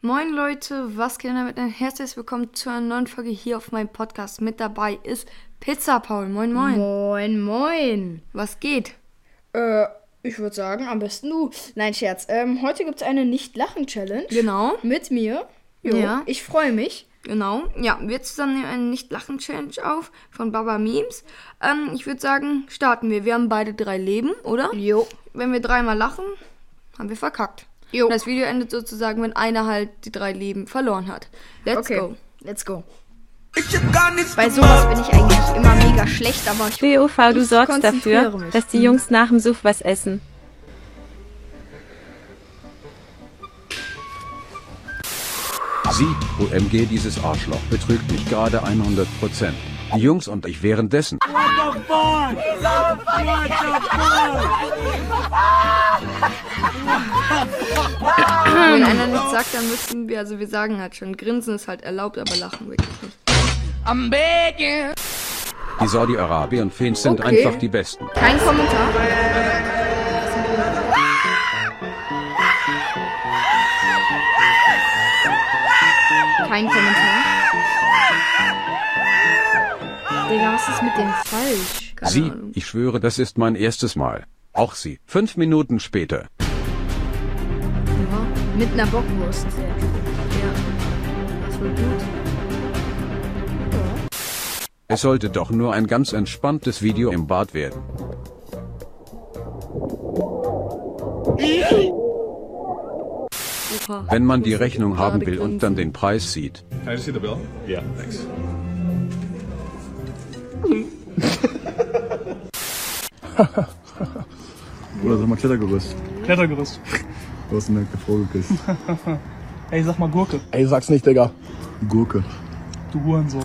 Moin Leute, was geht denn damit? Ein herzliches Willkommen zu einer neuen Folge hier auf meinem Podcast. Mit dabei ist Pizza Paul. Moin Moin. Moin, moin. Was geht? Äh, ich würde sagen, am besten du. Nein, Scherz. Ähm, heute gibt's eine Nicht-Lachen-Challenge. Genau, Mit mir. Jo, Ja. Ich freue mich. genau. Ja, wir zusammen nehmen eine Nicht-Lachen-Challenge auf von Baba Memes. Ähm, ich würde sagen, starten wir. Wir haben beide drei Leben, oder? Jo. Wenn wir dreimal lachen, haben wir verkackt. Jo. Und das Video endet sozusagen, wenn einer halt die drei Leben verloren hat. Let's Okay. go. Let's go. Ich hab gar nichts Bei sowas bin ich eigentlich immer mega schlecht, aber ich. BOV, du Ich sorgst konzentriere dafür, mich. dass die Jungs nach dem Suff was essen. Sie, OMG, dieses Arschloch betrügt mich gerade 100%. Die Jungs und ich währenddessen. Wenn Ähm. einer nichts sagt, dann müssen wir, also wir sagen halt schon, Grinsen ist halt erlaubt, aber Lachen wirklich nicht. am Becken. Die Saudi-Arabien-Fans sind Okay. einfach die Besten. Kein Kommentar. Kein Kommentar. Digga, was ist mit dem falsch? Sie, ich schwöre, das ist mein erstes Mal. Auch sie, fünf Minuten später. Ja, mit einer Bockwurst. Es sollte doch nur ein ganz entspanntes Video im Bad werden. Oha. Wenn man die Rechnung haben will und dann den Preis sieht. Can I just see the bill? Yeah, thanks. Oder sag mal Klettergerüst. Klettergerüst. Du hast eine Frau geküsst. Ey, sag mal Gurke, Ey, sag's nicht, Digga. Gurke. du Hurensohn.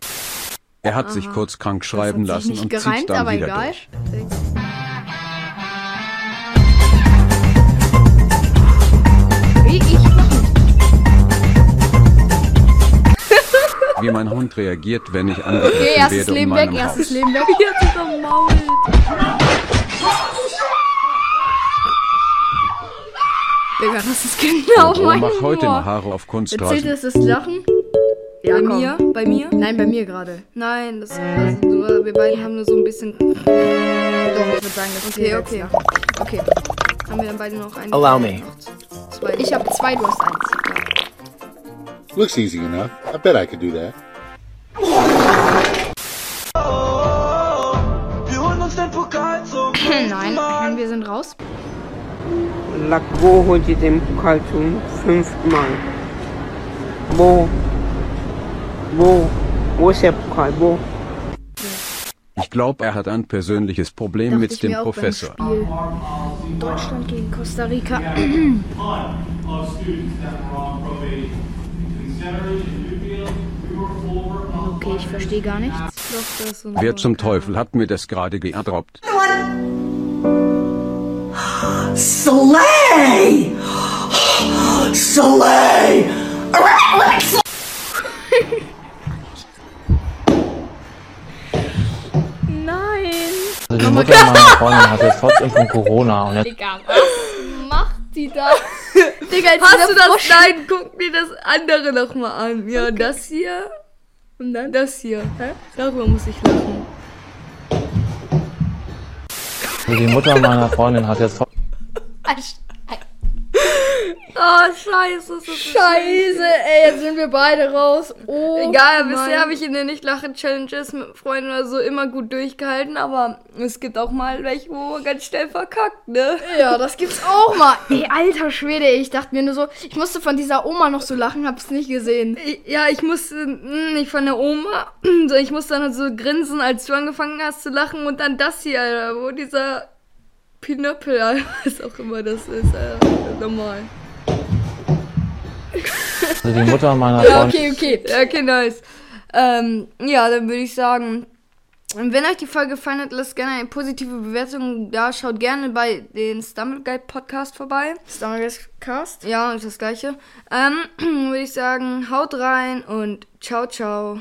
Er hat sich kurz krank schreiben Hat sich lassen nicht und gereimt, zieht dann aber wieder egal. durch. Ich, ich mach nicht. Wie mein Hund reagiert, wenn ich angegriffen Okay, erstes werde in Leben weg, meinem erstes Haus. Leben weg. Hier ist unser Maul. Digga, das ist genau Obwohl, mein Oh, mach heute Humor. Haare auf Zählt Kunststraßen. es das Lachen? Ja, Bei komm. mir? Bei mir? Nein, bei mir gerade. Nein, das also, nur- wir beiden haben nur so ein bisschen. Doch, ich würde sagen, das Okay, zählt als okay. Lachen. Okay. Haben wir dann beide noch einen? Allow me. Zwei. Ich habe zwei, du hast eins. Looks easy enough. I bet I could do that. Wir holen uns den Pokal zurück. Nein, nein, wir sind raus. Lacro holt ihr den Pokal zum fünften Mal. Wo? Wo? Wo ist der Pokal? Wo? Ich glaube, er hat ein persönliches Problem Dachte ich mit dem mir auch beim Professor. Spiel. Deutschland gegen Costa Rica. Okay, ich verstehe gar nichts. Doch, das ist so ein Wer Maul. zum Teufel hat mir das gerade geadroppt? Soleil! Soleil! Oh Also die Mutter meiner Freundin hatte trotzdem Corona und jetzt Macht die da? Digga, jetzt Hast du das? Nein, guck dir das andere nochmal an. Ja, das hier. Und dann das hier. Hä? Darüber muss ich lachen. also die Mutter meiner Freundin hat jetzt Oh, scheiße. Das ist Scheiße, ey, jetzt sind wir beide raus. Oh, Egal, Mann. bisher habe ich in den Nicht-Lachen-Challenges mit Freunden oder so immer gut durchgehalten, aber es gibt auch mal welche, wo man ganz schnell verkackt, ne? Ja, das gibt's auch mal. Ey, alter Schwede, ey, ich dachte mir nur so, ich musste von dieser Oma noch so lachen, hab's nicht gesehen. Ich- Ja, ich musste, hm, nicht von der Oma, sondern ich musste dann so grinsen, als du angefangen hast zu lachen und dann das hier, Alter, wo dieser Pinöppel, Alter, was auch immer das ist, Alter, normal. also die Mutter meiner Ja, okay, Freundin okay. Ja, okay, nice. Ähm, ja, dann würde ich sagen, wenn euch die Folge gefallen hat, lasst gerne eine positive Bewertung da. Schaut gerne bei den Stumble Guide Podcast vorbei. Stammergast Cast. Ja, ist das gleiche. Ähm, würde ich sagen, haut rein und ciao, ciao.